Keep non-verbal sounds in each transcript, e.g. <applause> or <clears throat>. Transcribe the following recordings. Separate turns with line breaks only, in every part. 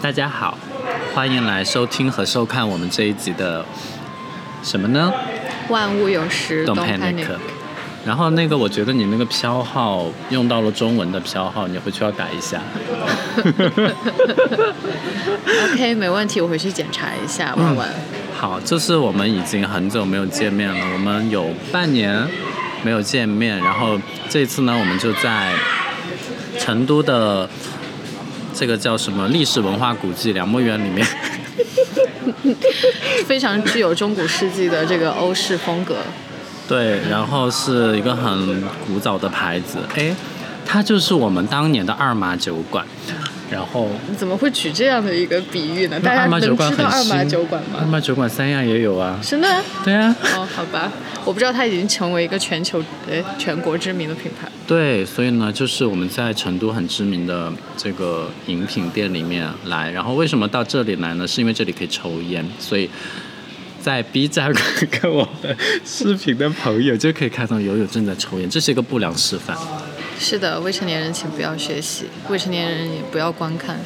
大家好，欢迎来收听和收看我们这一集的什么呢？
万物有时
Don't
Don't
panic。然后那个，我觉得你那个票号用到了中文的票号，你回去要改一下。
OK，没问题，我回去检查一下，
嗯
问问。
好，这是我们已经很久没有见面了，我们有半年没有见面，然后这次呢，我们就在成都的这个叫什么历史文化古迹梁墨园里面，
非常具有中古世纪的这个欧式风格。
对，然后是一个很古早的牌子，哎，它就是我们当年的二麻酒馆，然后。
你怎么会取这样的一个比喻呢？
那
大家
二麻
能
酒馆
知道
很
二
新，
马酒馆
二
吗？
麻酒馆三亚也有啊。
真的？
对啊，
哦，好吧，我不知道它已经成为一个全球呃全国知名的品牌。
对，所以呢，就是我们在成都很知名的这个饮品店里面来，然后为什么到这里来呢？是因为这里可以抽烟，所以在 B 站看我们视频的朋友就可以看到友友正在抽烟，这是一个不良示范。
是的，未成年人请不要学习，未成年人也不要观看。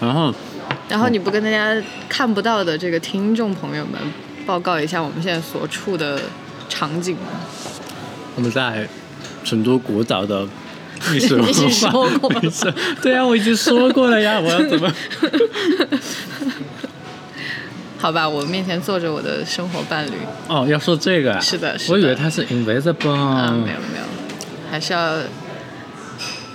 然后
然后你不跟大家看不到的这个听众朋友们报告一下我们现在所处的场景吗？
我们在成都古早的历史
<laughs> 你已经说
文化
过了
遗产对啊，我已经说过了呀，我要
<laughs>
怎么？
好吧，我面前坐着我的生活伴侣。
哦，要说这个啊？
是的是
我以
的
为它是 invisible。
啊，没有没有，还是要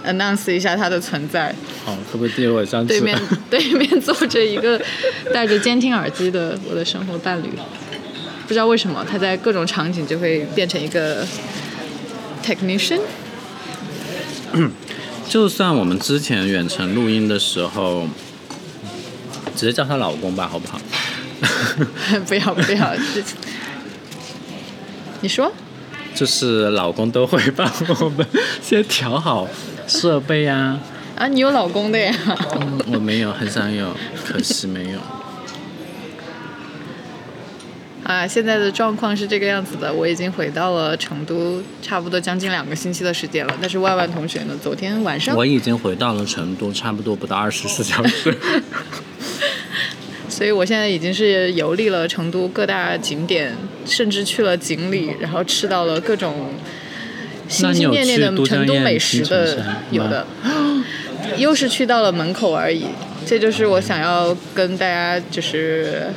announce 一下它的存在。
哦，会不会第一我上次
对面 <laughs> 对面坐着一个戴着监听耳机的我的生活伴侣，不知道为什么他在各种场景就会变成一个 technician。 <laughs>
就算我们之前远程录音的时候，直接叫她老公吧，好不好？ <laughs>
不要不要，这你说
就是老公都会帮我们先调好设备啊。
啊，你有老公的呀？
嗯，我没有，很想有，可惜没有。
啊，现在的状况是这个样子的，我已经回到了成都，差不多将近两个星期的时间了。但是万万同学呢，昨天晚上
我已经回到了成都，差不多不到二十四小时。
所以我现在已经是游历了成都各大景点，甚至去了锦里，然后吃到了各种
那
心
你
心
有
念念
去
的
都江
成都
堰
美
新
食
城
的
山吗
有的，又是去到了门口而已。这就是我想要跟大家就是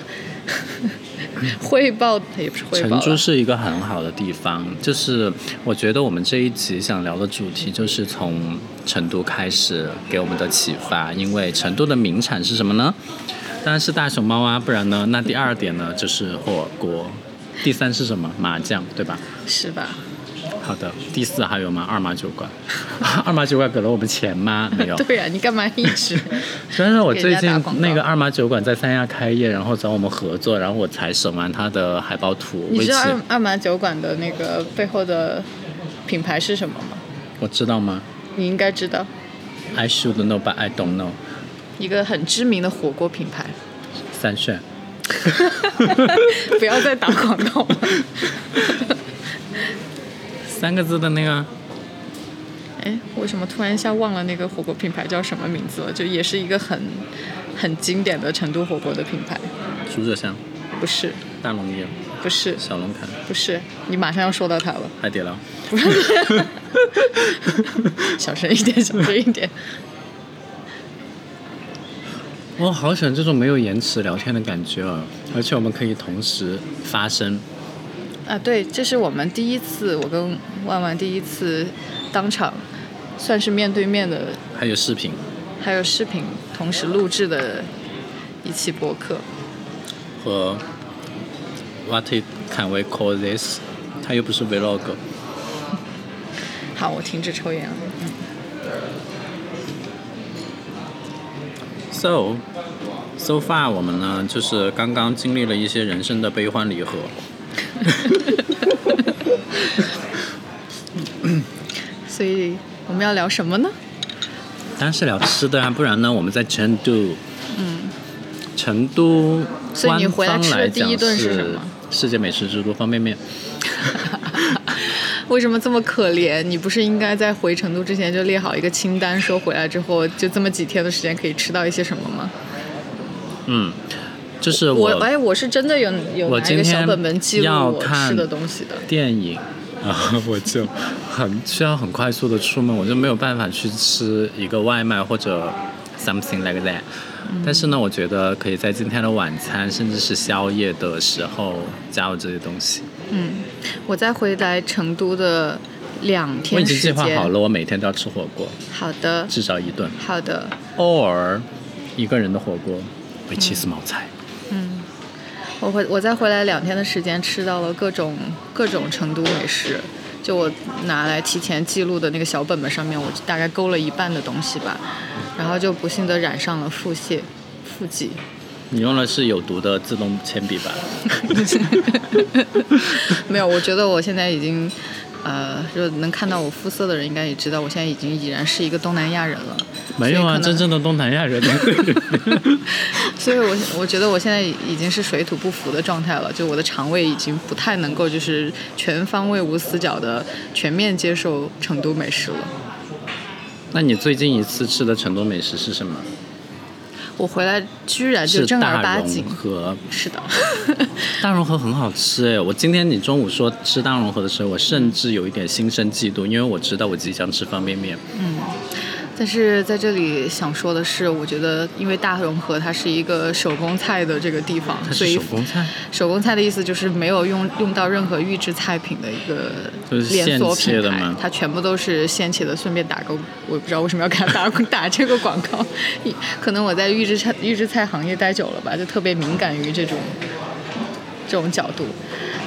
汇报，也 <laughs> 不是汇报
成
了
都是一个很好的地方，就是我觉得我们这一集想聊的主题就是从成都开始给我们的启发，因为成都的名产是什么呢？当然是大熊猫啊，不然呢？那第二点呢就是火锅，第三是什么？麻酱，对吧？
是吧？
好的，第四还有吗？二麻酒馆，二麻酒馆给了我们钱吗？没有。
对呀、你干嘛一直？
但是我最
<laughs> 给
近
人家打广告
那个二麻酒馆在三亚开业，然后找我们合作，然后我才审完它的海报图。
你知道
为
二
此
二麻酒馆的那个背后的品牌是什么吗？
我知道吗？
你应该知道，
I should know, but I don't know。
一个很知名的火锅品牌。
三炫，
<laughs> 不要再打广告了。
三个字的那个，
哎，为什么突然一下忘了那个火锅品牌叫什么名字了？就也是一个很很经典的成都火锅的品牌，
竹子巷、
不是，
大龙堰、
不是，
小龙坎、
不是，你马上要说到它了， <laughs>
海底捞。
小声一点，小声一点。
我好喜欢这种没有延迟聊天的感觉啊！而且我们可以同时发声。
啊，对，这是我们第一次，我跟万万第一次当场算是面对面的，
还有视频，
还有视频同时录制的一期播客。
和 What it- can we call this？它又不是 vlog。
好，我停止抽烟了。
So so far，我们呢就是刚刚经历了一些人生的悲欢离合。
所以我们要聊什么呢？
当然是聊吃的啊，不然呢我们在成都，嗯，成都
所以你
官
回来
方
吃的
来
第
讲
一顿是
是
什么
世界美食之都方便面。
<laughs> 为什么这么可怜？你不是应该在回成都之前就列好一个清单，说回来之后就这么几天的时间可以吃到一些什么吗？
嗯，就是
我
我
哎，我是真的有有
我
拿一
今
个小
天
本本记录
要
我
看
吃的东西的。
电影，然后我就很需要很快速的出门，我就没有办法去吃一个外卖或者 something like that。但是呢，我觉得可以在今天的晚餐甚至是宵夜的时候加入这些东西。
我在回来成都的两
我已
天
经计
时
划
间，
好了，我每天都要吃火锅，
好的，
至少一顿，
好的。
偶尔一个人的火锅，which is 茅菜。
我回我再回来两天的时间，吃到了各种各种成都美食。就我拿来提前记录的那个小本本上面，我大概勾了一半的东西吧，然后就不幸的染上了腹泻、腹肌。 <laughs>
你用的是有毒的自动铅笔吧？
没有，我觉得我现在已经，呃，就能看到我肤色的人应该也知道，我现在已经已然是一个东南亚人了。
没有啊，
所以可能
真正的东南亚
<laughs>
人。
所以我我觉得我现在已经是水土不服的状态了，就我的肠胃已经不太能够就是全方位无死角的全面接受成都美食了。
那你最近一次吃的成都美食是什么？
我回来居然就是正儿
大
八
融
经，
合。
<laughs> 是的，
大融合很好吃哎！我今天你中午说吃大融合的时候，我甚至有一点心生嫉妒，因为我知道我即将吃方便面。
但是在这里想说的是，我觉得因为大融合它是一个手工菜的这个地方，
它
所
是
以
手工菜，
手工菜的意思就是没有用用到任何预制菜品的一个
就是
连锁
现切
品
的
牌
吗，
它全部都是现切的。顺便打个，我不知道为什么要给它打 <laughs> 打这个广告， <laughs> 一可能我在预制菜预制菜行业待久了吧，就特别敏感于这种这种角度。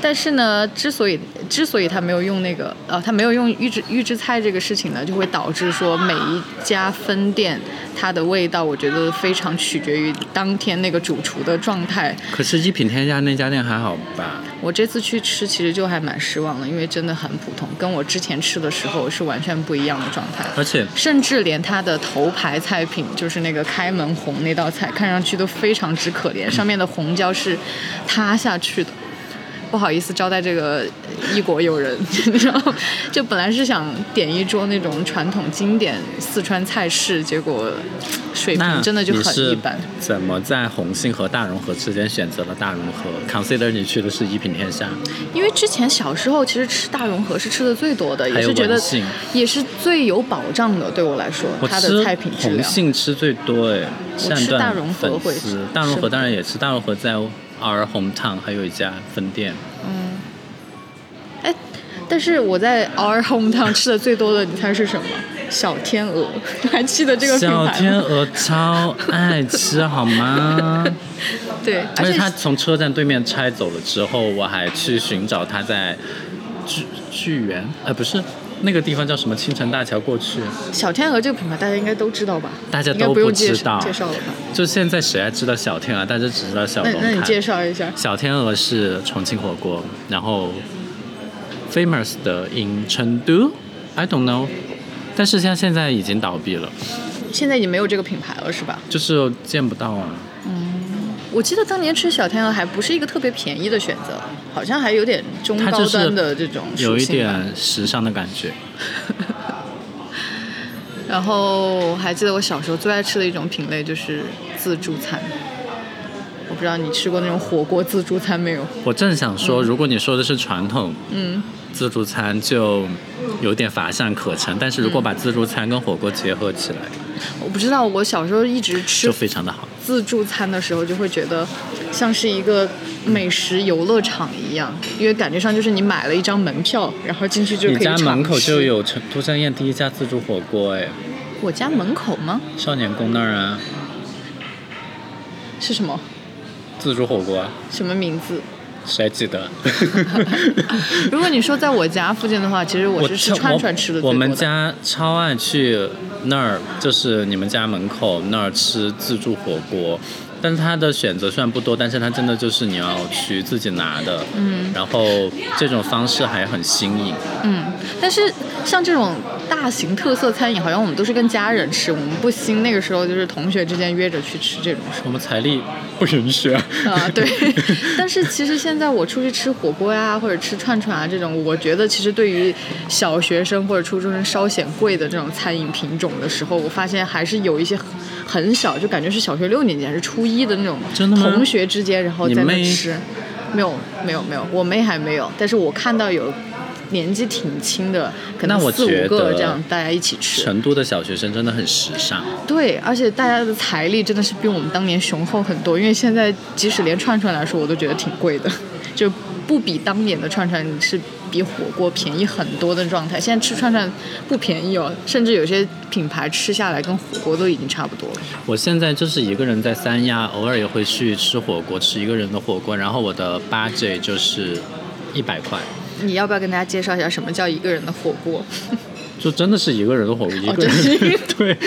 但是呢，之所以之所以他没有用那个，呃，他没有用预制预制菜这个事情呢，就会导致说每一家分店它的味道，我觉得非常取决于当天那个主厨的状态。
可是一品天下那家店还好吧？
我这次去吃其实就还蛮失望的，因为真的很普通，跟我之前吃的时候是完全不一样的状态。
而且
甚至连它的头牌菜品，就是那个开门红那道菜，看上去都非常之可怜，上面的红椒是塌下去的。不好意思招待这个异国友人，然后就本来是想点一桌那种传统经典四川菜式，结果水 <laughs>
那
平真的就
嗯你
很
是
一般。
怎么在红杏和大融合之间选择了大融合？consider 你去的是一品天下，
因为之前小时候其实吃大融合是吃的最多的，
还
也
有
是觉得
文信
也是最有保障的，对我来说，
我
它
吃
的菜品质
红
量。
杏吃最多哎，
我
鳝
吃大
段
融合
粉
会
丝
吃，
大融
是
合当然也吃，大融合在 our hometown 还有一家分店。
哎，但是我在 Our Hometown 吃的最多的，你猜是什么？小天鹅，还记得这个品
小
牌
天
吗？
鹅超爱吃好吗？
对， <laughs> 而
而且
且
他从车站对面拆走了之后，我还去寻找他在巨巨源，呃，不是那个地方叫什么青城大桥过去。
小天鹅这个品牌大家应该都知道吧？
大家
应该
都
不用
不
介
知道
介绍了吧？
就现在谁还知道小天鹅？大家只知道小
那
龙
那你
坎
介绍一下。
小天鹅是重庆火锅，然后 famous 的 in 成都，I don't know，但是像现在已经倒闭了，
现在已经没有这个品牌了，是吧？
就是见不到啊。
我记得当年吃小天鹅还不是一个特别便宜的选择，好像还有点中
它
高
就是
端的这种
有
属
一
性吧。
点时尚的感觉。
然后还记得我小时候最爱吃的一种品类就是自助餐，我不知道你吃过那种火锅自助餐没有？
我正想说，如果你说的是传统
嗯，
自助餐，就有点乏善可陈；但是如果把自助餐跟火锅结合起来，
我不知道，我小时候一直吃
就非常的好。
自助餐的时候，就会觉得像是一个美食游乐场一样，因为感觉上就是你买了一张门票，然后进去就
你
可以
家
尝试。
门口就，有成都江堰第一家自助火锅，哎，
我家门口吗？
少年宫那儿啊，
是
<laughs>
什么 <laughs>
自助火锅啊，
什么名字？
谁还记
<laughs>
得？
如果你说在我家附近的话，其实我是吃
超
川川吃的最多
我
的。
们家超爱去那儿，就是你们家门口那儿吃自助火锅，但是它的选择虽然不多，但是它真的就是你要去自己拿的，嗯，然后这种方式还很新颖，
嗯， <laughs> 但是像这种大型特色餐饮，好像我们都是跟家人吃，我们不兴那个时候就是同学之间约着去吃这种事
我们财力不允许啊，
啊、
<laughs>
对。但是其实现在我出去吃火锅呀、或者吃串串啊这种，我觉得其实对于小学生或者初中生稍显贵的这种餐饮品种的时候，我发现还是有一些很很小，就感觉是小学六年级还是初一的那种
真的吗
同学之间，然后在
你妹
那吃。没有，没有，没有，我妹还没有，但是我看到有年纪挺轻的，可
那
能
我
四
觉
五个
得
这样大家一起吃。
成都的小学生真的很时尚，
对，而且大家的财力真的是比我们当年雄厚很多，因为现在即使连串串来说，我都觉得挺贵的，就不比当年的串串是比火锅便宜很多的状态。现在吃串串不便宜哦，甚至有些品牌吃下来跟火锅都已经差不多了。
我现在就是一个人在三亚，偶尔也会去吃火锅，吃一个人的火锅，然后我的 budget 就是一百块，
你要不要跟大家介绍一下什么叫一个人的火锅？ <laughs>
就真的是一个人的火锅，一个
哦真是
人、 <laughs> 对，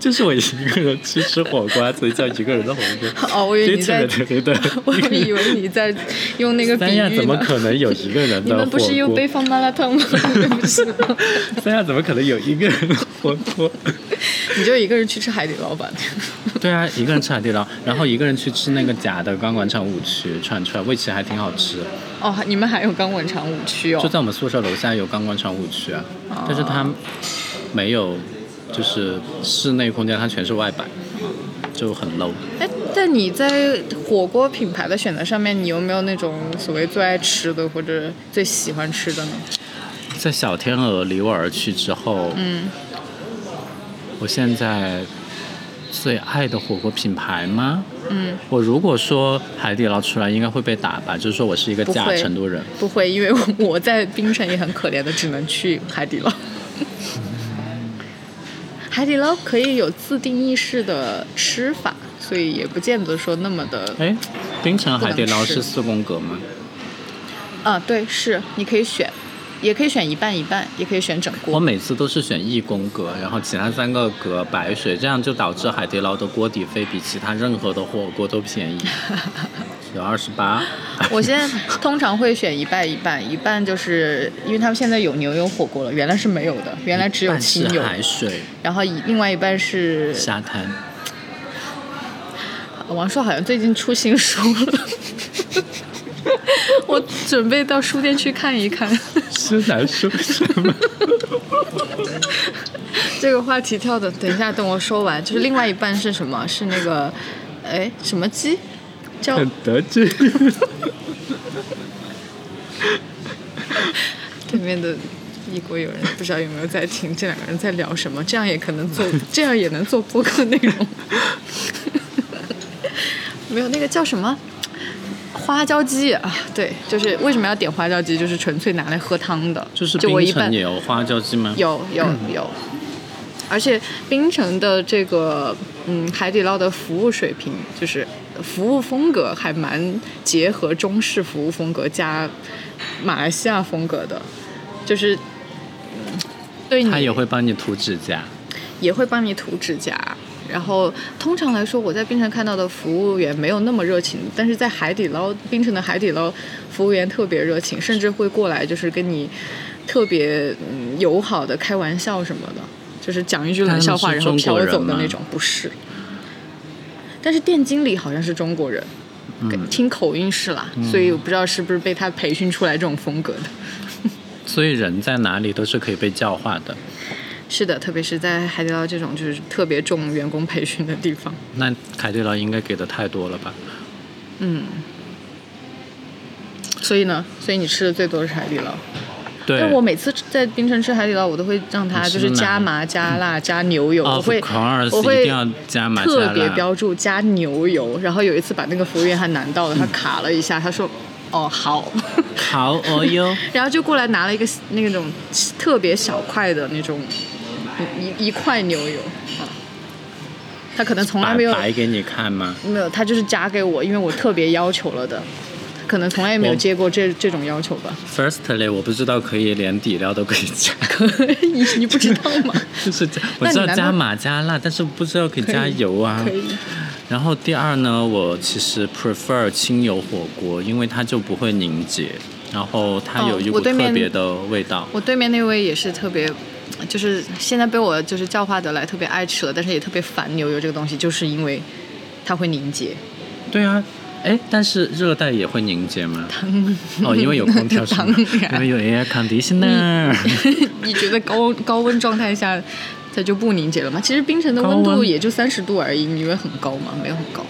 就是我一个人去吃火锅，所以叫一个人的火
<laughs>
锅。
哦，我以为你在
对，对对对对，
<laughs> 我以为你在用那个比
三亚
喻
怎么
呢。
可能有一个人
你
的火锅？
们不是用北方麻辣烫吗？ <laughs> 不是吗，
三亚怎么可能有一个人的火锅？
你就一个人去吃海底捞吧。
对啊，一个人吃海底捞，然后一个人去吃那个假的钢管厂舞曲串串，味其还挺好吃。
哦，你们还有钢管厂五区哦
就。在我们宿舍楼下有钢管厂舞区啊，
哦
但是它没有，就是室内空间，它全是外摆，就很 low。
哎，但你在火锅品牌的选择上面，你有没有那种所谓最爱吃的或者最喜欢吃的呢？
在小天鹅离我而去之后，
嗯，
我现在最爱的火锅品牌吗？
嗯，
我如果说海底捞出来，应该会被打吧？就是说我是一个
不
假
会
成都人，
不会，因为我我在槟城也很可怜的，只能去海底
<laughs>
捞。海底捞可以有自定义式的吃法，所以也不见得说那么的
哎，冰城
不
海
能
底捞
吃
是四宫格吗？
啊。对，是你可以选，也可以选一半一半，也可以选整
我
锅。
每次都是选一宫格，然后其他三个格白水，这样就导致海底捞的锅底费比其他任何的火锅都便
<laughs>
宜，有二十八。
我现在通常会选一半一半，一半就是因为他们现在有牛油火锅了，原来是没有的，原来只有
但是
清油。
海水
然后以另外一半是
沙滩，
王朔，好像最近出新书了， <laughs> 我准备到书店去看一看。 <laughs>
是难说什么？
这个话题跳的，等一下，等我说完。就是另外一半是什么？是那个，哎，什么鸡？叫
得志。
<laughs> 对面的异国友人，不知道有没有在听这两个人在聊什么？这样也可能做， <laughs> 这样也能做播客内容。 <laughs> 没有那个叫什么花椒鸡啊？对，就是为什么要点花椒鸡？就是纯粹拿来喝汤的，
<laughs> 就是
就我
冰
一
城
般
也有花椒鸡吗？
有有有，而且槟城的这个嗯海底捞的服务水平，就是服务风格还蛮结合中式服务风格加马来西亚风格的，就是嗯对你
他也会帮你涂指甲。
也会帮你涂指甲。然后通常来说，我在槟城看到的服务员没有那么热情，但是在海底捞，槟城的海底捞服务员特别热情，甚至会过来就是跟你特别嗯友好的开玩笑什么的，就是讲一句冷笑话
但
然
他
后
们是中
飘
国人
走的
吗
那种，不是。但是店经理好像是中国人，听口音是啦，所以我不知道是不是被他培训出来这种风格的。
所以人在哪里都是可以被教化的。
是的，特别是在海底捞这种就是特别重员工培训的地方。
那海底捞应该给的太多了吧？
所以呢，所以你吃的最多是海底捞。
对，
但我每次在槟城吃海底捞，我都会让它
你吃嗯啊
就是
哪
加麻、加辣、加牛油，我
of
会
course
我会
哦一定要加麻
特
加
别
辣。
标注加牛油。然后有一次把那个服务员还难到了，
嗯
他卡了一下，他说：“哦，
<laughs>
好。”
好哦
<laughs>
哟。
然后就过来拿了一个那种特别小块的那种一一块牛油啊，他可能从来
摆
没有
摆给你看吗？
没有，他就是夹给我，因为我特别要求了的。可能从来也没有
我
接过这这种要求吧？
Firstly，我不知道可以连底料都可以加， <laughs>
<laughs> 你你不知道吗？
就是我知道加马加辣，但是不知道可以加油啊
<laughs> 可。以，
然后第二呢，我其实 prefer 清油火锅，因为它就不会凝结，然后它有一
哦我
股
对面
特别的味道。
我对面那位也是特别，就是现在被我就是教化得来，特别爱吃了，但是也特别烦牛油这个东西，就是因为它会凝结。 <laughs>
对啊，哎，但是热带也会凝结吗？哦，因为有空调是
<laughs>
吗？
当然
因为有 air conditioner。
你觉得高高温状态下它就不凝结了吗？其实冰城的温
高
度
温
也就三十度而已，你以为很高吗？没有很高。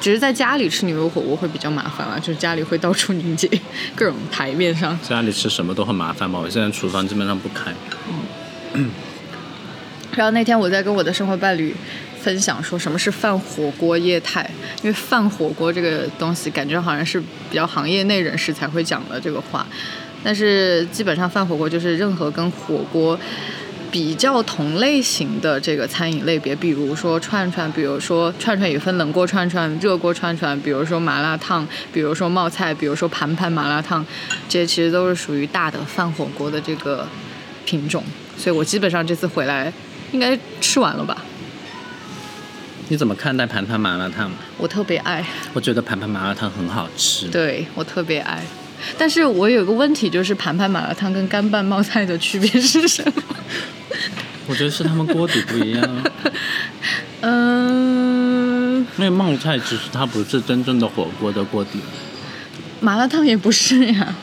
只是在家里吃牛油火锅会比较麻烦了、啊就是家里会到处凝结，各种台面上。
家里吃什么都很麻烦嘛，我现在厨房基本上不开。
然后那天我在跟我的生活伴侣分享说什么是泛火锅业态，因为泛火锅这个东西感觉好像是比较行业内人士才会讲的这个话，但是基本上泛火锅就是任何跟火锅。比较同类型的这个餐饮类别，比如说串串，比如说串串也分冷锅串串、热锅串串，比如说麻辣烫，比如说冒菜，比如说盘盘麻辣烫，这些其实都是属于大的泛火锅的这个品种，所以我基本上这次回来应该吃完了吧。
你怎么看待盘盘麻辣烫？
我特别爱，
我觉得盘盘麻辣烫很好吃。
对我特别爱。但是我有个问题，就是盘盘麻辣烫跟干拌冒菜的区别是什 <laughs> 么？
我觉得是他们锅底不一 <laughs> 样，
嗯，
因为冒菜其实它不是真正的火锅的锅 <laughs> 底，
麻辣烫也不是呀，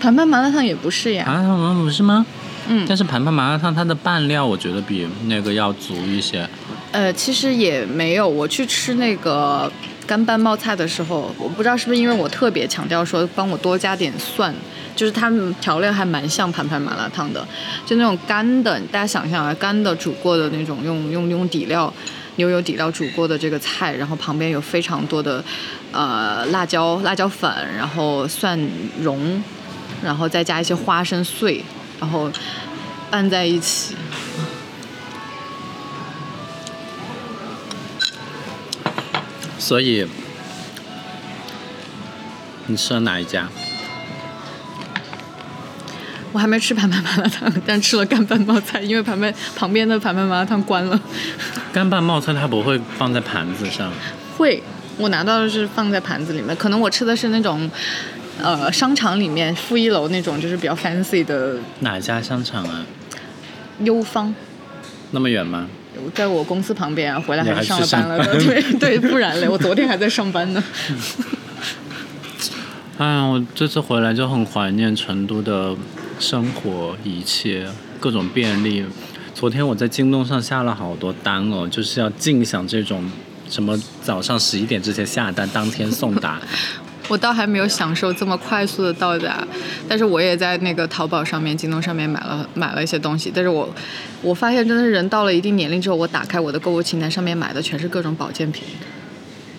盘盘麻辣烫也不是呀。
麻辣烫麻啊辣不是吗？
嗯
但是盘盘麻辣烫它的拌料我觉得比那个要足一些。
呃，其实也没有。我去吃那个干拌冒菜的时候，我不知道是不是因为我特别强调说帮我多加点蒜，就是它们调料还蛮像盘盘麻辣烫的，就那种干的，大家想象啊，干的煮过的那种，用用用底料。牛油底料煮过的这个菜，然后旁边有非常多的，呃，辣椒、辣椒粉，然后蒜蓉，然后再加一些花生碎，然后拌在一起，
所以你吃了哪一家？
我还没吃盘盘麻辣烫， <laughs> 但吃了干拌冒菜，因为旁边旁边的盘盘麻辣烫关了。
干拌冒菜它不会放在盘子上，
会，我拿到的是放在盘子里面，可能我吃的是那种，呃，商场里面负一楼那种，就是比较 fancy 的
哪一家商场啊？
优方。
那么远吗？
在我公司旁边啊，回来
你
还
还
是
去
上了班了的，
上
对对，不然嘞，我昨天还在上班呢。
哎呀，我这次回来就很怀念成都的生活，一切各种便利。昨天我在京东上下了好多单哦，就是要尽享这种什么早上十一点之前下单，当天送
<laughs>
达。
我倒还没有享受这么快速的到达，但是我也在那个淘宝上面、京东上面买了买了一些东西。但是我我发现，真的是人到了一定年龄之后，我打开我的购物清单，上面买的全是各种保健品。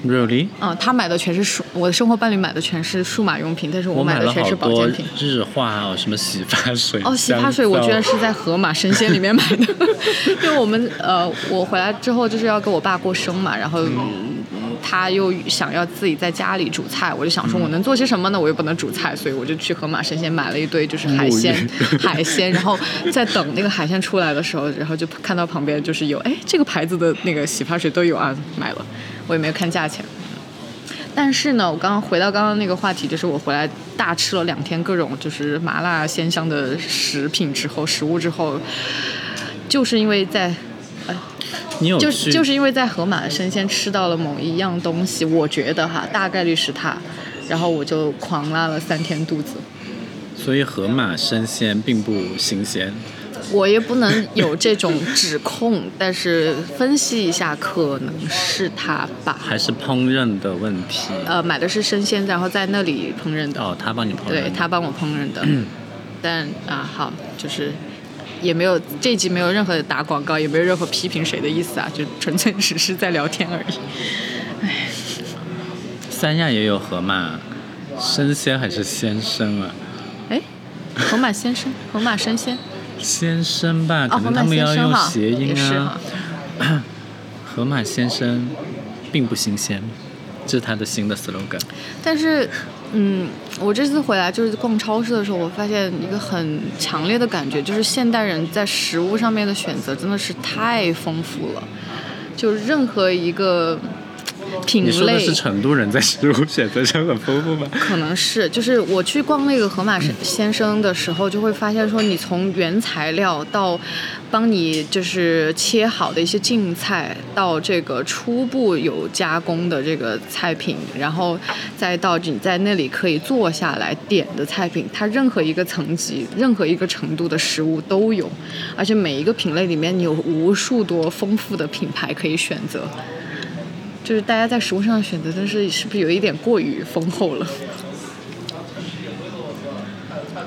really？
嗯，他买的全是数，我的生活伴侣买的全是数码用品，但是
我
买
买
的
了
全
好
是保
多
健品。
日化哦，什么洗发水、
哦，洗发水我
香皂
居然是在盒马生鲜里面买的， <laughs> 因为我们呃，我回来之后就是要给我爸过生嘛，然后、嗯他又想要自己在家里煮菜，我就想说
嗯
我能做些什么呢？我又不能煮菜，所以我就去盒马生鲜买了一堆就是海鲜
<laughs> 沐浴
海鲜，然后在等那个海鲜出来的时候，然后就看到旁边就是有哎这个牌子的那个洗发水都有啊，买了，我也没有看价钱。但是呢，我刚刚回到刚刚那个话题，就是我回来大吃了两天各种就是麻辣鲜香的食品之后，食物之后，就是因为在
你有
就
去
就是因为在盒马生鲜吃到了某一样东西，我觉得哈，大概率是它，然后我就狂拉了三天肚子。
所以盒马生鲜并不新鲜。
我也不能有这种指控，但是分析一下，可能是它吧。
还是烹饪的问题。
呃，买的是生鲜，然后在那里烹饪的。嗯
哦，他帮你烹饪。
对他帮我烹饪的，但啊好，就是也没有这集没有任何打广告，也没有任何批评谁的意思啊，就纯粹只是在聊天而已。
三亚也有河马，生鲜还是先生啊？
哎，河马先 <laughs> 生，河马生鲜，
先生吧，
哦，
可
河
能
马
他们
先
要
生
用
哈，
谐音
也是
啊
哈。，
河马先生并不新鲜，这是它的新的 slogan。
但是，嗯，我这次回来就是逛超市的时候，我发现一个很强烈的感觉，就是现代人在食物上面的选择真的是太丰富了，就任何一个品
你说的
类
是。成都人在食物选择上很丰富吗？
可能是，就是我去逛那个盒马先先生的时候，就会发现说，你从原材料到帮你就是切好的一些净菜，到这个初步有加工的这个菜品，然后再到你在那里可以坐下来点的菜品，它任何一个层级、任何一个程度的食物都有，而且每一个品类里面你有无数多丰富的品牌可以选择。就是大家在食物上的选择，真是是不是有一点过于丰厚了？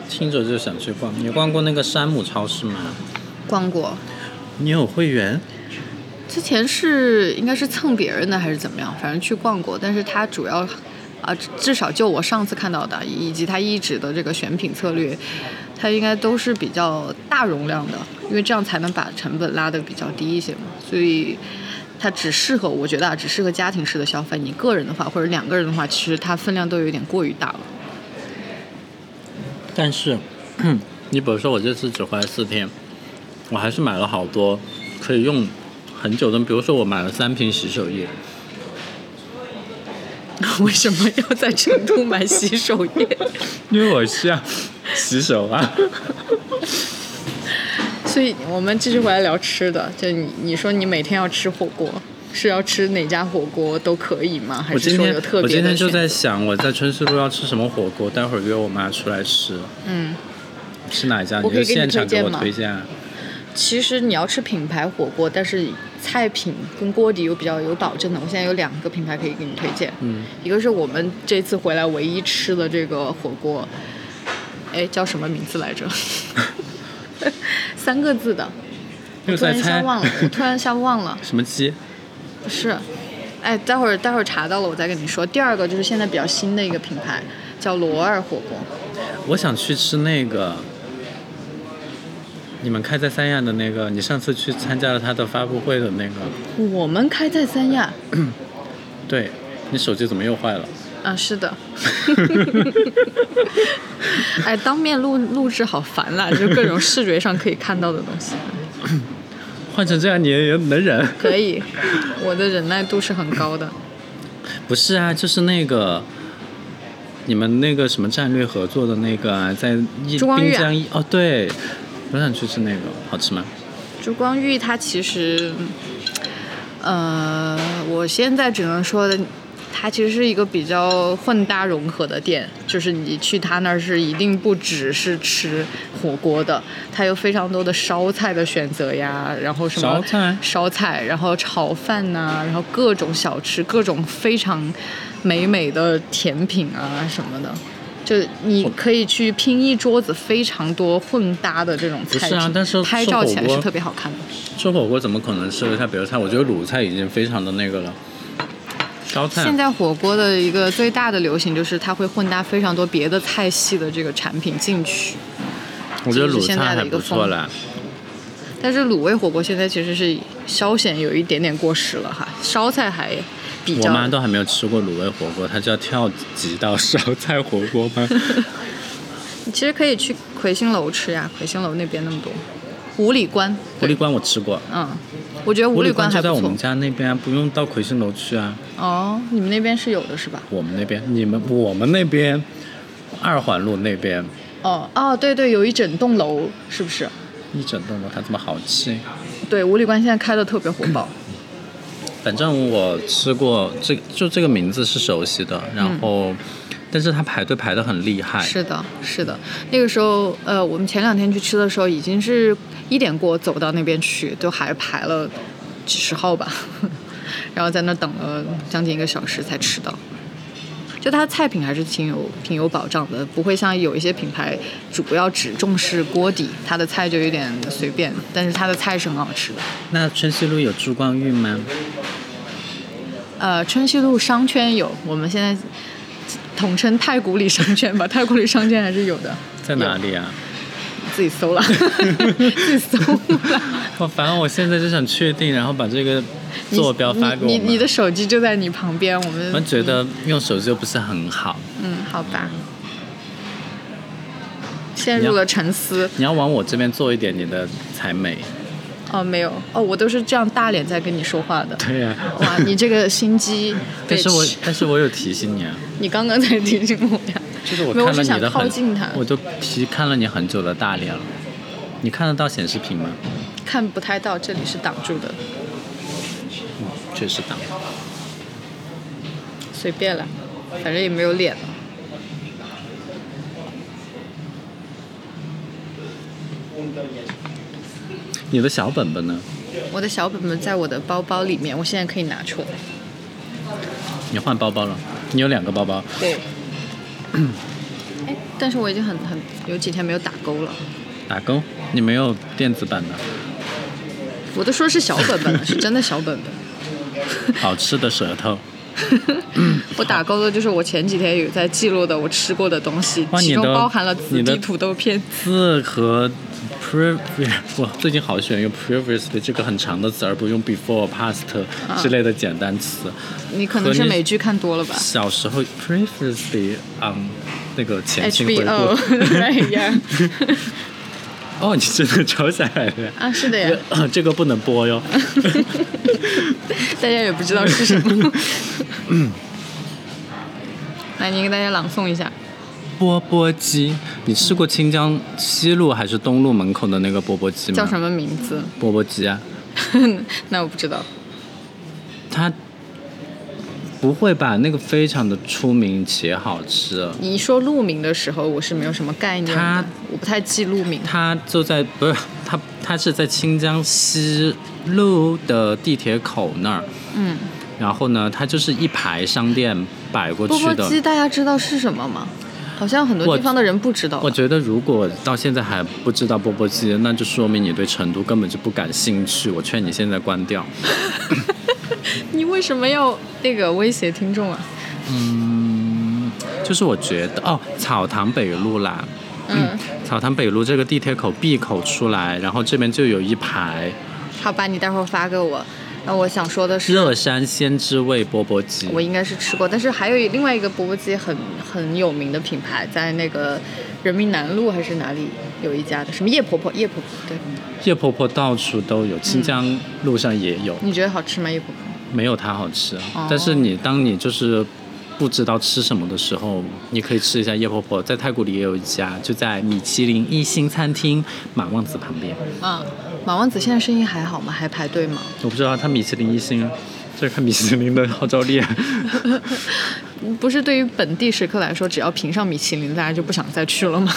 听着就想去逛。你逛过那个山姆超市吗？
逛过，
你有会员？
之前是应该是蹭别人的还是怎么样，反正去逛过，但是它主要。啊，至少就我上次看到的，以及它一直的这个选品策略，它应该都是比较大容量的，因为这样才能把成本拉得比较低一些嘛。所以它只适合，我觉得啊，只适合家庭式的消费。你个人的话，或者两个人的话，其实它分量都有点过于大了。 <laughs>
但是， <clears throat> 你比如说我这次只回来四天，我还是买了好多可以用很久的，比如说我买了三瓶洗手液，
为什么要在成都买洗手液？
因为我需要洗手啊。
所以我们继续回来聊吃的，就你你说你每天要吃火锅，是要吃哪家火锅都可以吗？还
我
是
今
说
天
有特
我
别
今
的
天就
选
在想我在春熙路要吃什么火锅，待会儿约我妈出来吃，
嗯，
吃哪一家？
我可以
就
给你
现场
推
给
荐
我
吗
推荐啊。
其实你要吃品牌火锅，但是菜品跟锅底又比较有保证的。我现在有两个品牌可以给你推荐，
嗯，
一个是我们这次回来唯一吃的这个火锅，哎，叫什么名字
<laughs>
来着？三个字的，
又
突
在
然一下
猜
忘了，我突然一下忘了。
什么鸡？
是，哎，待会儿待会儿查到了，我再跟你说。第二个就是现在比较新的一个品牌，叫罗二火锅。
我想去吃那个，你们开在三亚的那个，你上次去参加了他的发布会的那个，
我们开在三亚
对你手机怎么又坏了？
啊，是的。 <laughs> 哎，当面录录制好烦啦，就各种视觉上可以看到的东西。
换成这样你也也能忍？
可以，我的忍耐度是很高的。
不是啊，就是那个。你们那个什么战略合作的那个、啊，在一
中光
滨
浴啊
江一哦，对，我想去吃那个，好吃吗？
烛光浴它其实，呃，我现在只能说的，它其实是一个比较混搭融合的店，就是你去它那儿是一定不只是吃火锅的，它有非常多的烧菜的选择呀，然后什么
烧菜
烧菜，然后炒饭呐、然后各种小吃，各种非常美美的甜品啊什么的。就你可以去拼一桌子非常多混搭的这种
不
菜
是啊
品
但是
拍
吃
照
火
起来
锅
是特别好看的。
吃火锅怎么可能吃得下别的菜？我觉得鲁菜已经非常的那个了，烧菜
现在火锅的一个最大的流行就是它会混搭非常多别的菜系的这个产品进去，
我觉得鲁
这是现在
菜
的
还
一个
不错
风
啦。
但是卤味火锅现在其实是稍显有一点点过时了哈，烧菜还比
我
较。
妈都还没有吃过卤味火锅，她就要跳级到烧菜火锅
<laughs>
吗？
你其实可以去魁星楼吃呀，魁星楼那边那么多，五里关，
五
对
里关我吃过，
嗯，我觉得五
五
里
里
关
就
还
在
不
我
错
们。家那边啊，不用到魁星楼去啊。
哦，你们那边是有的是吧？
我们那边，你们我们那边，二环路那边
哦哦，对对，有一整栋楼，是不是？
一整栋楼，它这么豪气。
对，五里关现在开的特别火爆。
反正我吃过，这就这个名字是熟悉的，然后，但是它排队排得很厉害。
嗯是的，是的。那个时候，呃，我们前两天去吃的时候，已经是一点过走到那边去，就还排了几十号吧， <laughs> 然后在那儿等了将近一个小时才吃到。就它菜品还是挺有挺有保障的，不会像有一些品牌主要只重视锅底，它的菜就有点随便，但是它的菜是很好吃的。
那春熙路有珠光浴吗？
呃，春熙路商圈有，我们现在统称太古里商圈吧，太古里商圈还是有的。
在哪里啊？
自
<laughs>
己搜了，自己搜了。
我反正我现在就想确定，然后把这个
你
坐标发给我
你
们。
你你的手机就在你旁边，我
我
们
们觉得用手机又不是很好，
嗯，好吧。陷入了沉思。
你要往我这边做一点，你的才美。
哦，没有，哦，我都是这样大脸在跟你说话的。
对 <laughs> 呀、
啊哇，你这个心机 bitch，
<laughs> 但是我但是我有提醒你啊，
你刚刚才提醒我呀。
就是我
没有
看了
我是
你的
想靠近他
很，我就提看了你很久的大脸了。你看得到显示屏吗？
看不太到，这里是挡住的，
嗯，确实挡。
随便了，反正也没有脸了。
你的小本本呢？
我的小本本在我的包包里面，我现在可以拿出来。
你换包包了？你有两个包包，
对。哎，但是我已经很很有几天没有打勾了。
打勾。你没有电子版的，
我都说是小本本了，是真的小本本。
好吃的舌
<laughs>
头。 <laughs>
我打勾的就是我前几天有在记录的我吃过的东西，
哇
其
你
中
的
包含了
你
紫
的
地土豆片。
字和 previous，我最近好喜欢用 previously 这个很长的词，而不用 before、past 之类的简单词。
你可能是
和你
美剧看多了吧
小时候 previously on 那个
哎
前情回顾。 <laughs>
？HBO <laughs> 那样
哦，你真的抄下来了呀？
<laughs> 啊，是
<laughs>
的呀，
呃这个不能播
<laughs>
哟。
大家也不知道是什么。
嗯
来，你给大家朗诵一下。
钵钵鸡，你吃过清江西路还是东路门口的那个钵钵鸡吗？
叫什？么名字？ <laughs>
钵钵鸡啊，
那我不知道。
它不会吧？那个非常的出名且好吃。
你说路名的时候，我是没有什么概念的
它，
我不太记路名。
它就在不是它，它是在清江西路的地铁口那儿。
嗯，
然后呢，它就是一排商店摆过
钵
去
钵
的。
鸡大家知道是什么吗？好像很多
我
地方的人不知道吧。
我觉得如果到现在还不知道钵钵鸡，那就说明你对成都根本就不感兴趣。我劝你现在关掉。
你为什么要那个威胁听众啊？
嗯，就是我觉得哦，草堂北路啦，
嗯，
草堂北路这个地铁口 B 口出来，然后这边就有一排
好吧，你待会儿发给我。那我想说的是，
乐山鲜知味钵钵鸡。
我应该是吃过，但是还有另外一个钵钵鸡很很有名的品牌，在那个人民南路还是哪里有一家的，什么叶婆婆，叶婆婆，对，
叶婆婆到处都有，清江路上也有，
你觉得好吃吗？叶婆婆？
没有它好吃。
哦
但是你当你就是不知道吃什么的时候，你可以吃一下叶婆婆，在太古里也有一家，就在米其林一星餐厅马旺子旁边。
啊，马王子现在生意还好吗？还排队吗？
我不知道它米其林一星，这看米其林的号召力。
不是，对于本地食客来说，只要评上米其林，大家就不想再去了吗？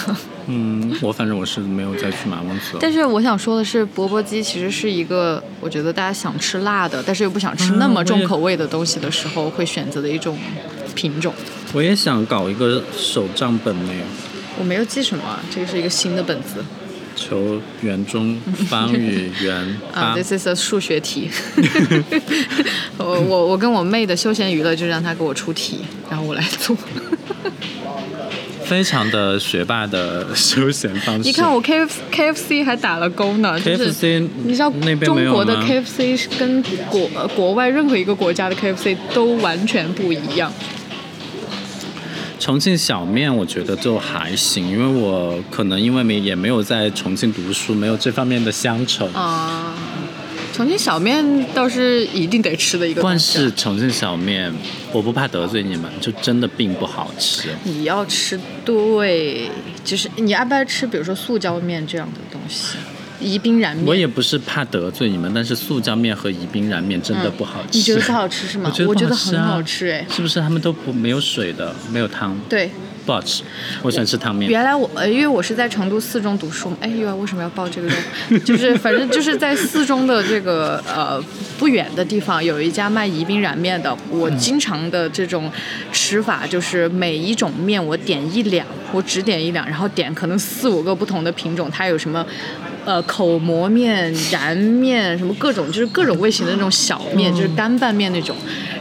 嗯，我反正我是没有再去马旺子了。
<laughs> 但是我想说的是，钵钵鸡其实是一个我觉得大家想吃辣的，但是又不想吃那么重口味的东西的时候会选择的一种品种。
我也想搞一个手账本呢，
我没有记什么啊，这个是一个新的本子
求圆中方与圆
<laughs>
八
啊、t h i s is a 数学题。 <laughs> 我我我跟我妹的休闲娱乐就是让她给我出题，然后我来做。
非常的学霸的休闲方式。
你看我 K F K F C 还打了勾呢，就是
KFC
你知道
那边没
中
有
国的
吗
K F C 是跟国呃国外任何一个国家的 K F C 都完全不一样。
重庆小面我觉得就还行，因为我可能因为没也没有在重庆读书，没有这方面的乡愁。
啊、重庆小面倒是一定得吃的一个东
但
西啊。
是重庆小面，我不怕得罪你们，就真的并不好吃。
你要吃对，就是你爱不爱吃，比如说塑胶面这样的东西，宜宾燃面。
我也不是怕得罪你们，但是塑胶面和宜宾燃面真的不好吃。
嗯你觉得不好吃是吗？我
我
觉得
不
很
啊
好吃哎。
是不是他们都不没有水的，没有汤，
对，
不好吃。我喜欢吃汤面。
原来我呃，因为我是在成都四中读书，哎，又要为什么要报这个料？ <laughs> 就是反正就是在四中的这个呃不远的地方有一家卖宜宾燃面的，我经常的这种吃法就是每一种面我点一两，我只点一两，然后点可能四五个不同的品种，它有什么。呃，口蘑面、燃面，什么各种就是各种类型的那种小面，就是干拌面那种，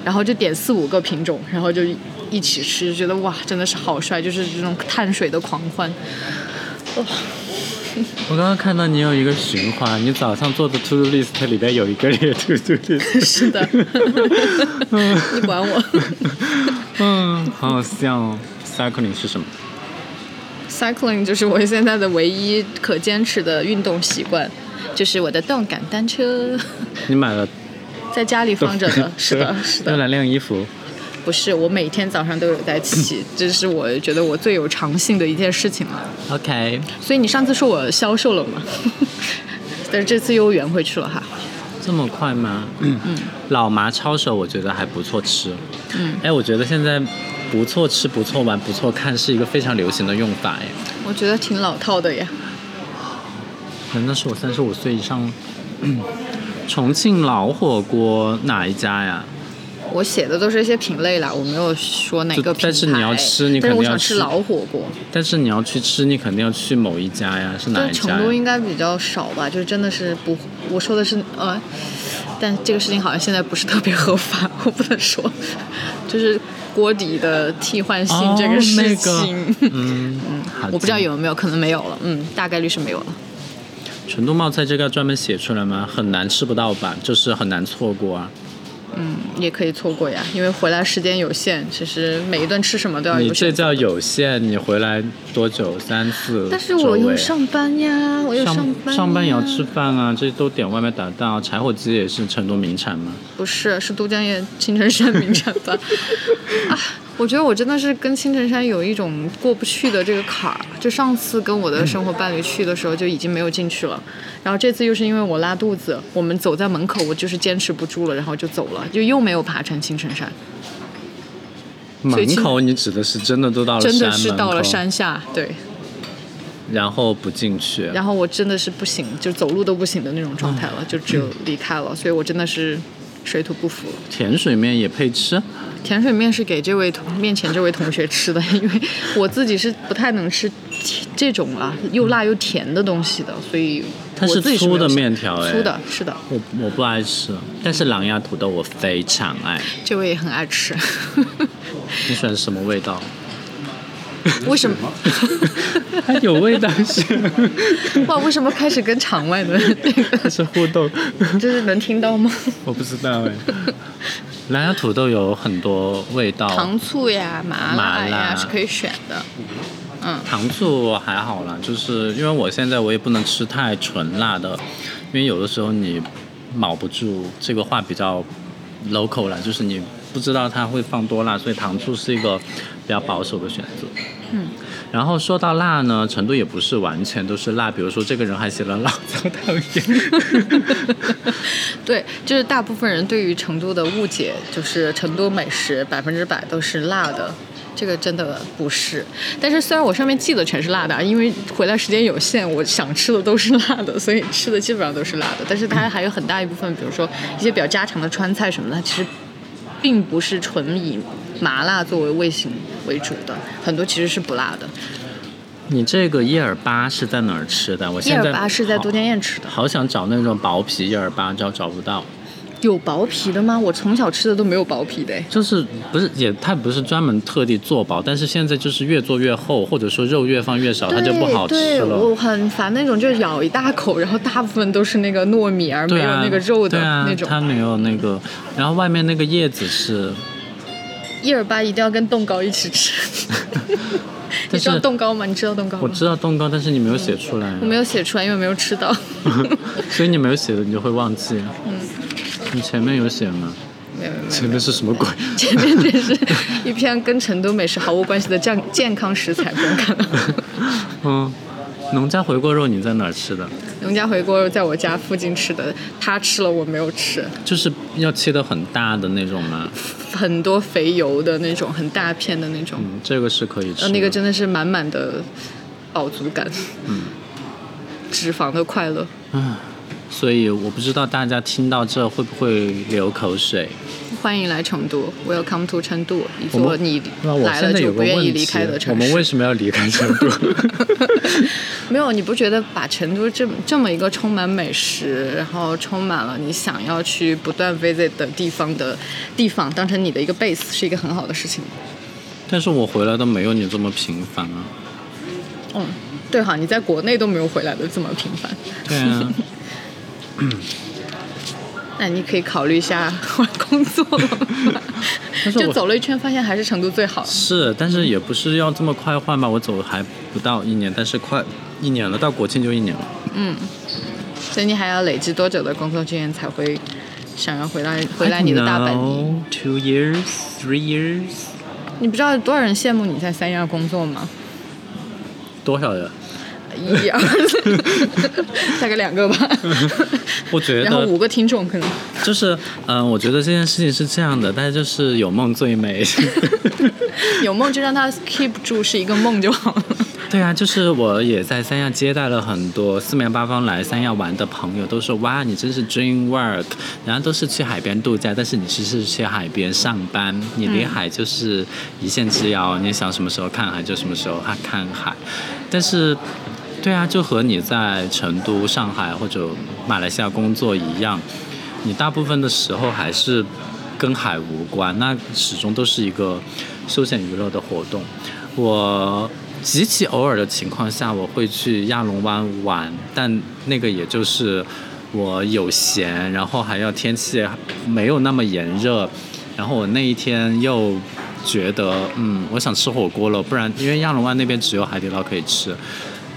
然后就点四五个品种，然后就一起吃，就觉得哇，真的是好帅，就是这种碳水的狂欢。
我刚刚看到你有一个循环，你早上做的 to do list 里边有一个列 to do list。
是的，你管我。
嗯，好好笑哦。Cycling 是什么？
Cycling 就是我现在的唯一可坚持的运动习惯，就是我的动感单车， <laughs>
你买了？
在家里放着的。是的，是
用
的，
来晾衣服。
不是我每天早上都有在骑，这是我觉得我最有长性的一件事情了。
OK，
所以你上次说我消瘦了嘛， <laughs> 但是这次又圆回去了哈。
这么快吗？嗯老麻抄手我觉得还不错吃。
嗯，
哎，我觉得现在不错吃、不错玩、不错看是一个非常流行的用法哎。
我觉得挺老套的呀。
难道是我三十五岁以上？嗯重庆老火锅哪一家呀？
我写的都是一些品类啦，我没有说哪个
就
品牌。
但是你要吃你肯
但是
定
我
要
想
吃
吃老火锅。
但是你要去吃，你肯定要去某一家呀，是哪
但
一
成
家
都
呀？
应该比较少吧，就是真的是不，我说的是呃，但这个事情好像现在不是特别合法， <laughs> 我不能说，就是锅底的替换性
哦
这事
那
情，
个嗯，
<laughs>
好
我不知道
的
有没有，可能没有了，嗯，大概率是没有了。
成都冒菜这个要专门写出来吗？很难吃不到吧，就是很难错过啊。
也可以错过呀，因为回来时间有限，其实每一顿吃什么都要
你
有
这
选择。
叫有限，你回来多久？三四周围？
但是我又上班呀，我又
上
班
上班也要吃
呀，
饭啊，这都点外卖打到。柴火鸡也是成都名产嘛。
不是是都江堰青城山名产
<laughs>
吧？啊，我觉得我真的是跟青城山有一种过不去的这个坎儿。就上次跟我的生活伴侣去的时候就已经没有进去了，然后这次又是因为我拉肚子，我们走在门口我就是坚持不住了，然后就走了，就又没有爬成青城山，所以
门
青
口你指的是真的都到了山
真
门
的是到
口，
了山下，对。
然后不进去。
然后我真的是不行，就走路都不行的那种状态了，就只有离开了，所以我真的是水土不服。
甜水面也配吃？
甜水面是给这位同面前这位同学吃的，因为我自己是不太能吃甜这种啊又辣又甜的东西的，所以
它是
我自己是没
粗
有
的
吃
面条哎
粗的是的，
我我不爱吃，但是狼牙土豆我非常爱。
这位也很爱吃，
你喜欢什么味道？
为什么？
它有味道是？
哇，为什么开始跟场外的这个
<laughs>
<laughs>
它是互动？
就是能听到吗？
我不知道哎。狼牙土豆有很多味道，
糖醋呀、麻
麻
辣呀
辣
是可以选的，
糖醋还好啦，就是因为我现在我也不能吃太纯辣的，因为有的时候你卯不住，这个话比较 local 啦，就是你不知道它会放多辣，所以糖醋是一个比较保守的选择。
嗯，
然后说到辣呢，成都也不是完全都是辣，比如说这个人还写了醪糟讨厌，
<laughs> 对，就是大部分人对于成都的误解，就是成都美食百分之百都是辣的。这个真的不是，但是虽然我上面记的全是辣的啊，因为回来时间有限，我想吃的都是辣的，所以吃的基本上都是辣的。但是它还有很大一部分，比如说一些比较家常的川菜什么的，它其实并不是纯以麻辣作为味型为主的，很多其实是不辣的。
你这个叶尔巴是在哪儿吃的？我
叶
现在
尔巴是在
好
都江堰吃的，
好想找那种薄皮叶尔巴，找找不到。
有薄皮的吗？我从小吃的都没有薄皮的欸诶。
就是不是也，它不是专门特地做薄，但是现在就是越做越厚，或者说肉越放越少，它就
对
不好吃
对，我
了。
很烦那种，就是咬一大口，然后大部分都是那个糯米，而没
对
有
啊，
那个肉的
对啊
那种。
它没有那个，然后外面那个叶子是，
叶尔巴一定要跟冻糕一起
<laughs>
吃。你知道
是
冻糕吗？你知道冻糕
我
吗？
知道冻糕，但是你没有写出来，啊
我没有写出来，因为没有
<laughs>
吃到。
所以你没有写的你就会忘记。嗯，你前面有写吗？
没有没有没有，
前面是什么鬼？
前面这是一篇跟成都美食毫无关系的健健康食材公告。
<laughs> 嗯，农家回锅肉你在哪儿吃的？
农家回锅肉在我家附近吃的，他吃了我没有吃，
就是要切的很大的那种吗？
很多肥油的那种，很大片的那种。
嗯，这个是嗯可以吃的。
呃，那个真的是满满的饱足感， <laughs> 脂肪的快乐。
所以我不知道大家听到这会不会流口水。
欢迎来成都，Welcome to 成都，一
我
座
们
你
那我
来
现
了
在有
就
个
不愿
问
意
题，
离开的
我
城
们为
市。
什么要离开成都？
<laughs> 没有，你不觉得把成都这么这么一个充满美食，然后充满了你想要去不断 visit 的地方的地方，当成你的一个 base 是一个很好的事情吗？
但是我回来都没有你这么频繁啊。
嗯，最好你在国内都没有回来的这么频繁。
对
<laughs>
啊，
那你可以考虑一下换工作了
<laughs>
嘛
但是我
就走了一圈，发现还是成都最好。
是，但是也不是要这么快换吧。我走还不到一年，但是快一年了，到国庆就一年了。
所以你还要累积多久的工作经验才会想要回来回来你的大本营？
No, two years, three years，
你不知道有多少人羡慕你在三亚工
<laughs>
作吗？
多少人？
一二，大概两个吧。
<laughs> 我觉
然后
得
五个听众可能。
就是，嗯、我觉得这件事情是这样的，但是就是有梦最美。
有梦就让它 keep 住是一个梦就好了。
对啊，就是我也在三亚接待了很多四面八方来三亚玩的朋友，都说哇，你真是 dream work，然后都是去海边度假，但是你其实是去海边上班，你离海就是一线之遥，你想什么时候看海就什么时候看海，但是。对啊，就和你在成都、上海或者马来西亚工作一样，你大部分的时候还是跟海无关，那始终都是一个休闲娱乐的活动。我极其偶尔的情况下，我会去亚龙湾玩，但那个也就是我有闲，然后还要天气没有那么炎热，然后我那一天又觉得，嗯，我想吃火锅了，不然因为亚龙湾那边只有海底捞可以吃。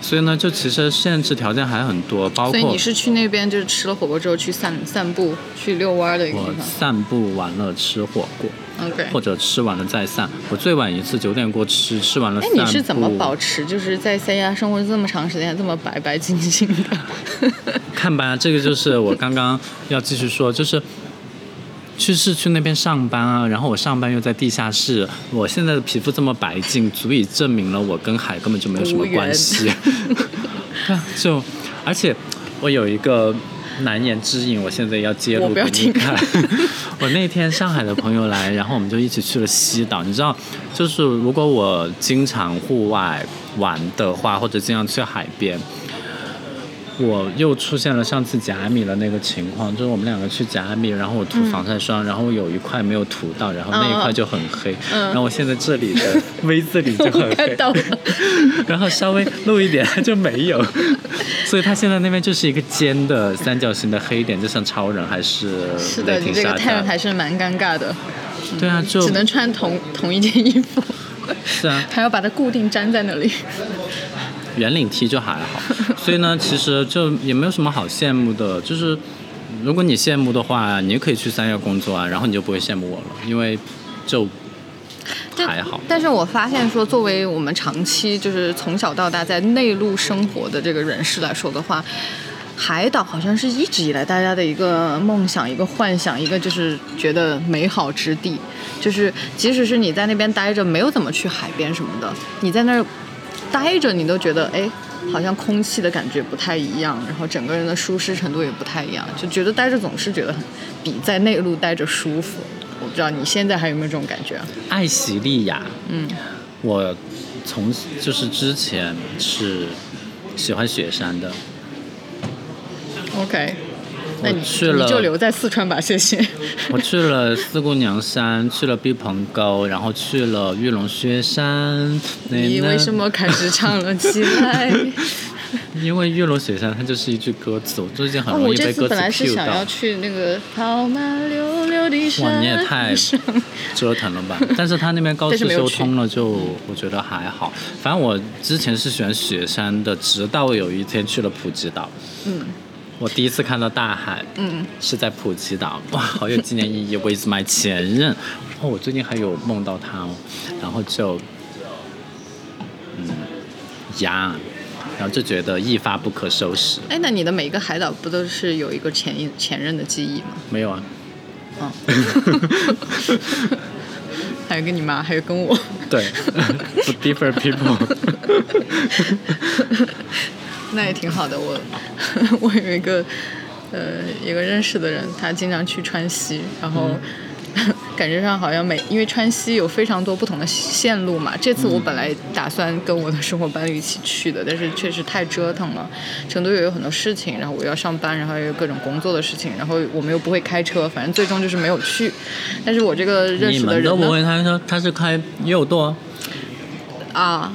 所以呢，就其实限制条件还很多，包括
所以你是去那边就是吃了火锅之后去散散步、去遛弯儿的一个地
我
方。
散步完了吃火锅，
OK。
或者吃完了再散。我最晚一次九点过吃，吃完了
哎
散，
你是怎么
步
保持就是在三亚生活这么长时间这么白白净净的？ <laughs>
看吧，这个就是我刚刚要继续说，就是。 <laughs> 去市区那边上班啊，然后我上班又在地下室，我现在的皮肤这么白净，足以证明了我跟海根本就没有什么
无缘
关 <laughs> 系。对啊，就而且我有一个难言之隐，我现在要揭露
我不要
给你
听
看。 <laughs> 我那天上海的朋友来，然后我们就一起去了西岛。你知道，就是如果我经常户外玩的话，或者经常去海边，我又出现了上次甲米的那个情况，就是我们两个去甲米，然后我涂防晒
嗯
霜，然后有一块没有涂到，然后那一块就很黑，然后我现在这里的 V 字里就很
<laughs> 我
黑
看，到了，
<laughs> 然后稍微露一点它就没
<laughs>
有，所以它现在那边就是一个尖的三角形的黑点，就像超人还是
是的，
雷
你
霆
这个
沙
太阳
加？
还是蛮尴尬的，
对啊，就
只能穿同同一件衣服，
是啊，
<laughs> 还要把它固定粘在那里。
圆领 T 就还好，所以呢，其实就也没有什么好羡慕的。就是如果你羡慕的话，你也可以去三亚工作啊，然后你就不会羡慕我了，因为就
但
还好。
但是我发现说，作为我们长期就是从小到大在内陆生活的这个人士来说的话，海岛好像是一直以来大家的一个梦想、一个幻想、一个就是觉得美好之地。就是即使是你在那边待着，没有怎么去海边什么的，你在那儿待着，你都觉得哎。好像空气的感觉不太一样，然后整个人的舒适程度也不太一样，就觉得待着总是觉得很比在内陆待着舒服。我不知道你现在还有没有这种感觉啊？
艾喜利亚，嗯，我从就是之前是喜欢雪山的，
OK，那
我
你
去了
你就留在四川吧，
<laughs>
谢谢。
我去了四姑娘山，去了毕棚沟，然后去了玉龙雪山。那
你为什
那
么开始唱了起
<laughs>
来？哦
因为玉龙雪山它就是一句歌词，我最近很
哦，
容
我
易
这
被
次
歌词
本来是
cue
想
到
要。去那个跑马溜溜的山
哇，你也太 <laughs>
上
折腾了吧？ <laughs> 但是他那边高
但是
速
没有
修
去
通了就，我觉得还好。反正我之前是喜欢雪山的，直到有一天去了普吉岛。
嗯。
我第一次看到大海，
嗯，
是在普吉岛， <laughs> 哇，好有纪念意义。With my 前任，哦，我最近还有梦到他哦，然后就，嗯，呀，然后就觉得一发不可收拾。
哎，那你的每一个海岛不都是有一个前一前任的记忆吗？
没有啊，
嗯，
<laughs>
<laughs> 还有跟你妈，还有跟我。
对，for <laughs> different people。
那也挺好的。我 <laughs> 我有一个呃一个认识的人，他经常去川西，然后、
嗯
<laughs> 感觉上好像每因为川西有非常多不同的线路嘛。这次
嗯
我本来打算跟我的生活伴侣一起去的，但是确实太折腾了。成都也有很多事情，然后我又要上班，然后又有各种工作的事情，然后我们又不会开车，反正最终就是没有去。但是我 <laughs> 这个认
你
识的
们都
人
不
呢
会，他说他是开右舵，
啊，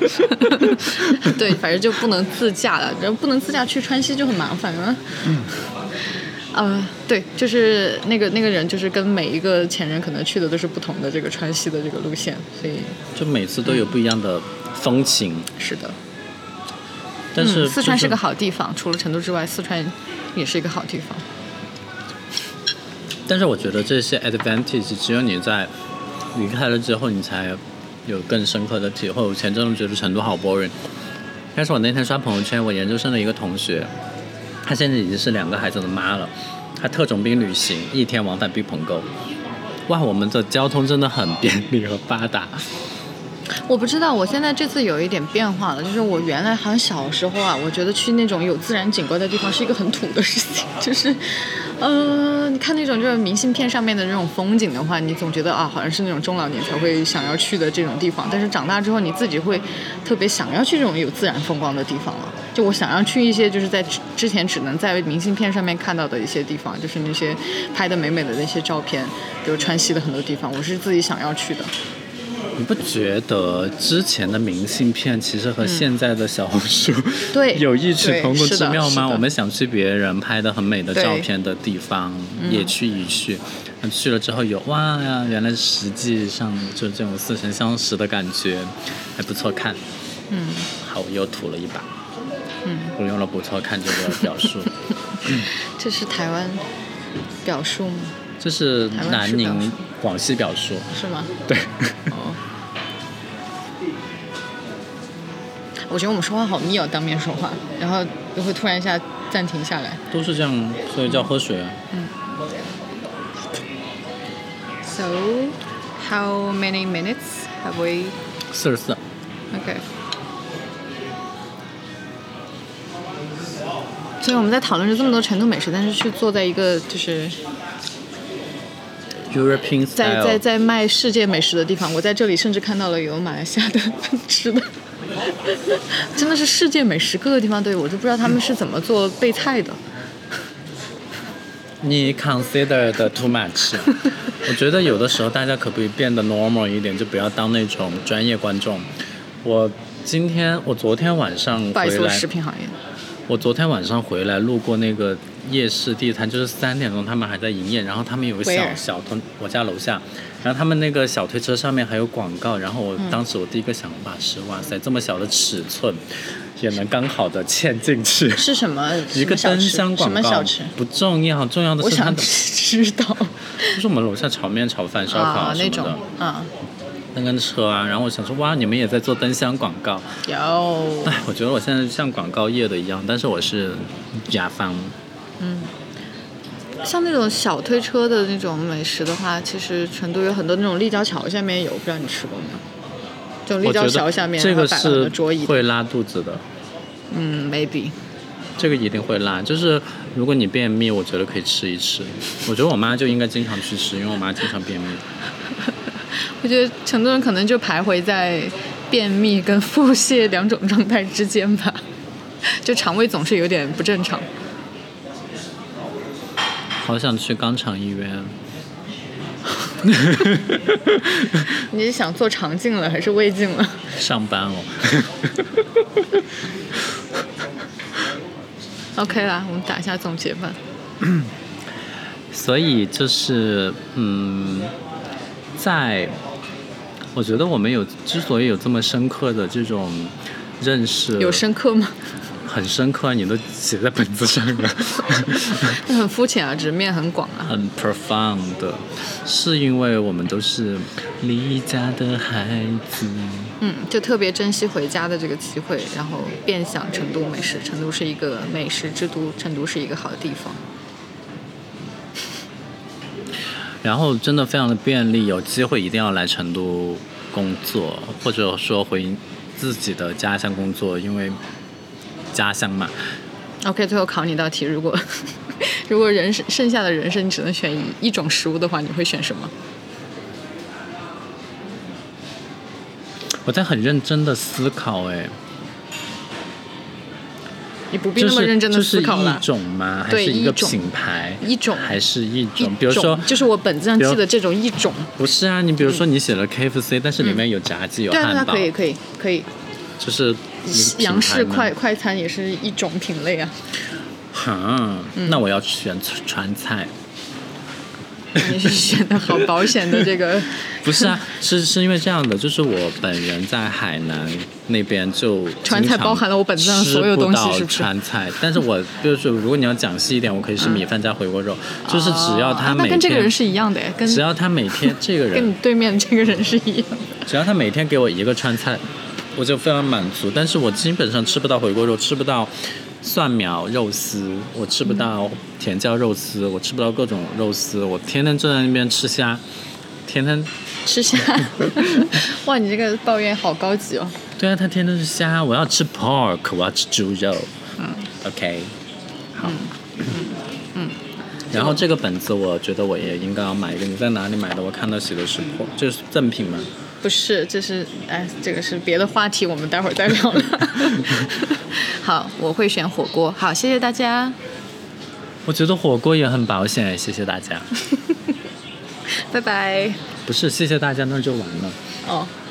<laughs> 对，反正就不能自驾了，然后不能自驾去川西就很麻烦了。嗯。呃，对，就是那个那个人，就是跟每一个前任可能去的都是不同的这个川西的这个路线，所以
就每次都有不一样的风情。
是的。
但是、
嗯、四川是个好地方，除了成都之外，四川也是一个好地方。
但是我觉得这些 advantage 只有你在离开了之后，你才有更深刻的体会。我前阵子觉得成都好 boring，但是我那天刷朋友圈，我研究生的一个同学，她现在已经是两个孩子的妈了，她特种兵旅行，一天往返毕棚沟。哇，我们的交通真的很便利和发达。
我不知道，我现在这次有一点变化了，就是我原来好像小时候啊，我觉得去那种有自然景观的地方是一个很土的事情， <laughs> 就是，呃，你看那种就是明信片上面的那种风景的话，你总觉得啊，好像是那种中老年才会想要去的这种地方，但是长大之后你自己会特别想要去这种有自然风光的地方了。就我想要去一些就是在之前只能在明信片上面看到的一些地方，就是那些拍的美美的那些照片，比如川西的很多地方，我是自己想要去的。
你不觉得之前的明信片其实和现在的小红书、嗯、
嗯对
<laughs> 有异曲同工之妙吗？
我
们想去别人拍的很美的照片的地方也去一去，嗯、去了之后有哇呀，原来实际上就这种似曾相识的感觉，还不错看。
嗯，
好，我又吐了一把。
嗯，
我用了“不错看”这个表
<laughs>
述。
嗯、这是台湾表述吗？
这是南宁广西表述。
是吗？
对。
哦。我觉得我们说话好密哦，当面说话，然后就会突然一下暂停下来。
都是这样，所以叫喝水啊。
嗯。So, how many minutes have we?
四十四。
Okay. 所以我们在讨论着这么多成都美食，但是去坐在一个就是。
European
在在在卖世界美食的地方，我在这里甚至看到了有马来西亚的吃的， <laughs> 真的是世界美食，各个地方都有，我就不知道他们是怎么做备菜的。
你 consider 的 too
<laughs>
much，我觉得有的时候大家可不可以变得 normal 一点，就不要当那种专业观众。我今天我昨天晚上回来，
做食品行业。
我昨天晚上回来，路过那个夜市地摊，就是三点钟他们还在营业，然后他们有个小小推，我家楼下，然后他们那个小推车上面还有广告，然后我
嗯
当时我第一个想法是，哇塞，这么小的尺寸也能刚好的嵌进去，
是什么？
一个灯箱广告，
什么小吃？
不重要，重要的是它的，
<laughs> 知道，
就是我们楼下炒面、炒饭、烧烤、啊、
那种，啊。
那根车啊，然后我想说，哇，你们也在做灯箱广告？
有。
哎，我觉得我现在像广告业的一样，但是我是甲方。
嗯，像那种小推车的那种美食的话，其实成都有很多那种立交桥下面有，不知道你吃过没有？就立交桥下面
这个是
桌椅，
会拉肚子的。
嗯，maybe。
这个一定会辣，就是如果你便秘，我觉得可以吃一吃。我觉得我妈就应该经常去吃，因为我妈经常便秘。
我觉得成都人可能就徘徊在便秘跟腹泻两种状态之间吧， <laughs> 就肠胃总是有点不正常。
好想去肛肠医院。 <laughs>
你是想做肠镜了还是胃镜了？
上班哦。
OK 啦，我们打一下总结吧。
所以就是嗯。在，我觉得我们有之所以有这么深刻的这种认识，
有深刻吗？ <laughs>
很深刻，你都写在本子上了。
那很肤浅啊，直面很广啊。
很 profound，是因为我们都是离家的孩子。
嗯，就特别珍惜回家的这个机会，然后遍享成都美食。成都是一个美食之都，成都是一个好地方。
然后真的非常的便利，有机会一定要来成都工作，或者说回自己的家乡工作，因为家乡嘛。
OK，最后考你一道题，如果 <laughs> 如果人生剩下的人生你只能选一一种食物的话，你会选什么？
我在很认真的思考，哎，
你不必那么认真的思考
就是
了。
一种吗？还
对
是一个
一种
品牌？
一种
还是一
一
种？比如说，
就是我本子上
比如
记的这种一种，
不是啊，你比如说你写了 KFC，、但是里面有炸鸡、有
嗯对啊，对
汉
啊，
堡，
可以，可以，可以。
就是一个
杨氏
品牌
快
吗。
快餐也是一种品类啊，
哈，
嗯
那我要选川菜。
你是选的好保险的这个，
不是
<laughs>
啊，是是因为这样的，就是我本人在海南那边就
川
经
菜
常
包含了我本质上所有东西
吃不到
是不是
川菜，但是我就是如果你要讲细一点，我可以是米饭加回锅
<laughs>
肉，就是 <laughs> 只要他
啊
每
那
天，
跟这个人是一样的哎，跟
只要他每天这个
跟你
人，
对面这个人是一样的。
只要他每天给我一个川菜，我就非常满足。但是我基本上吃不到回锅肉，吃不到。蒜苗肉丝，我吃不到甜椒肉丝，我吃不到各种肉丝，我天天坐在那边吃虾，天天 <laughs>
吃虾，哇，你这个抱怨好高级哦。
对啊，他天天是虾，我要吃 pork，我要吃猪肉。o
嗯
k 好。然后这个本子，我觉得我也应该要买一个。你在哪里买的？我看到写的是 pork，这是赠品吗？
不是，这是哎，这个是别的话题，我们待会儿再聊了。 <laughs> 好，我会选火锅。好，谢谢大家，
我觉得火锅也很保险，谢谢大家。
拜拜。
不是，谢谢大家，那就完了。
哦。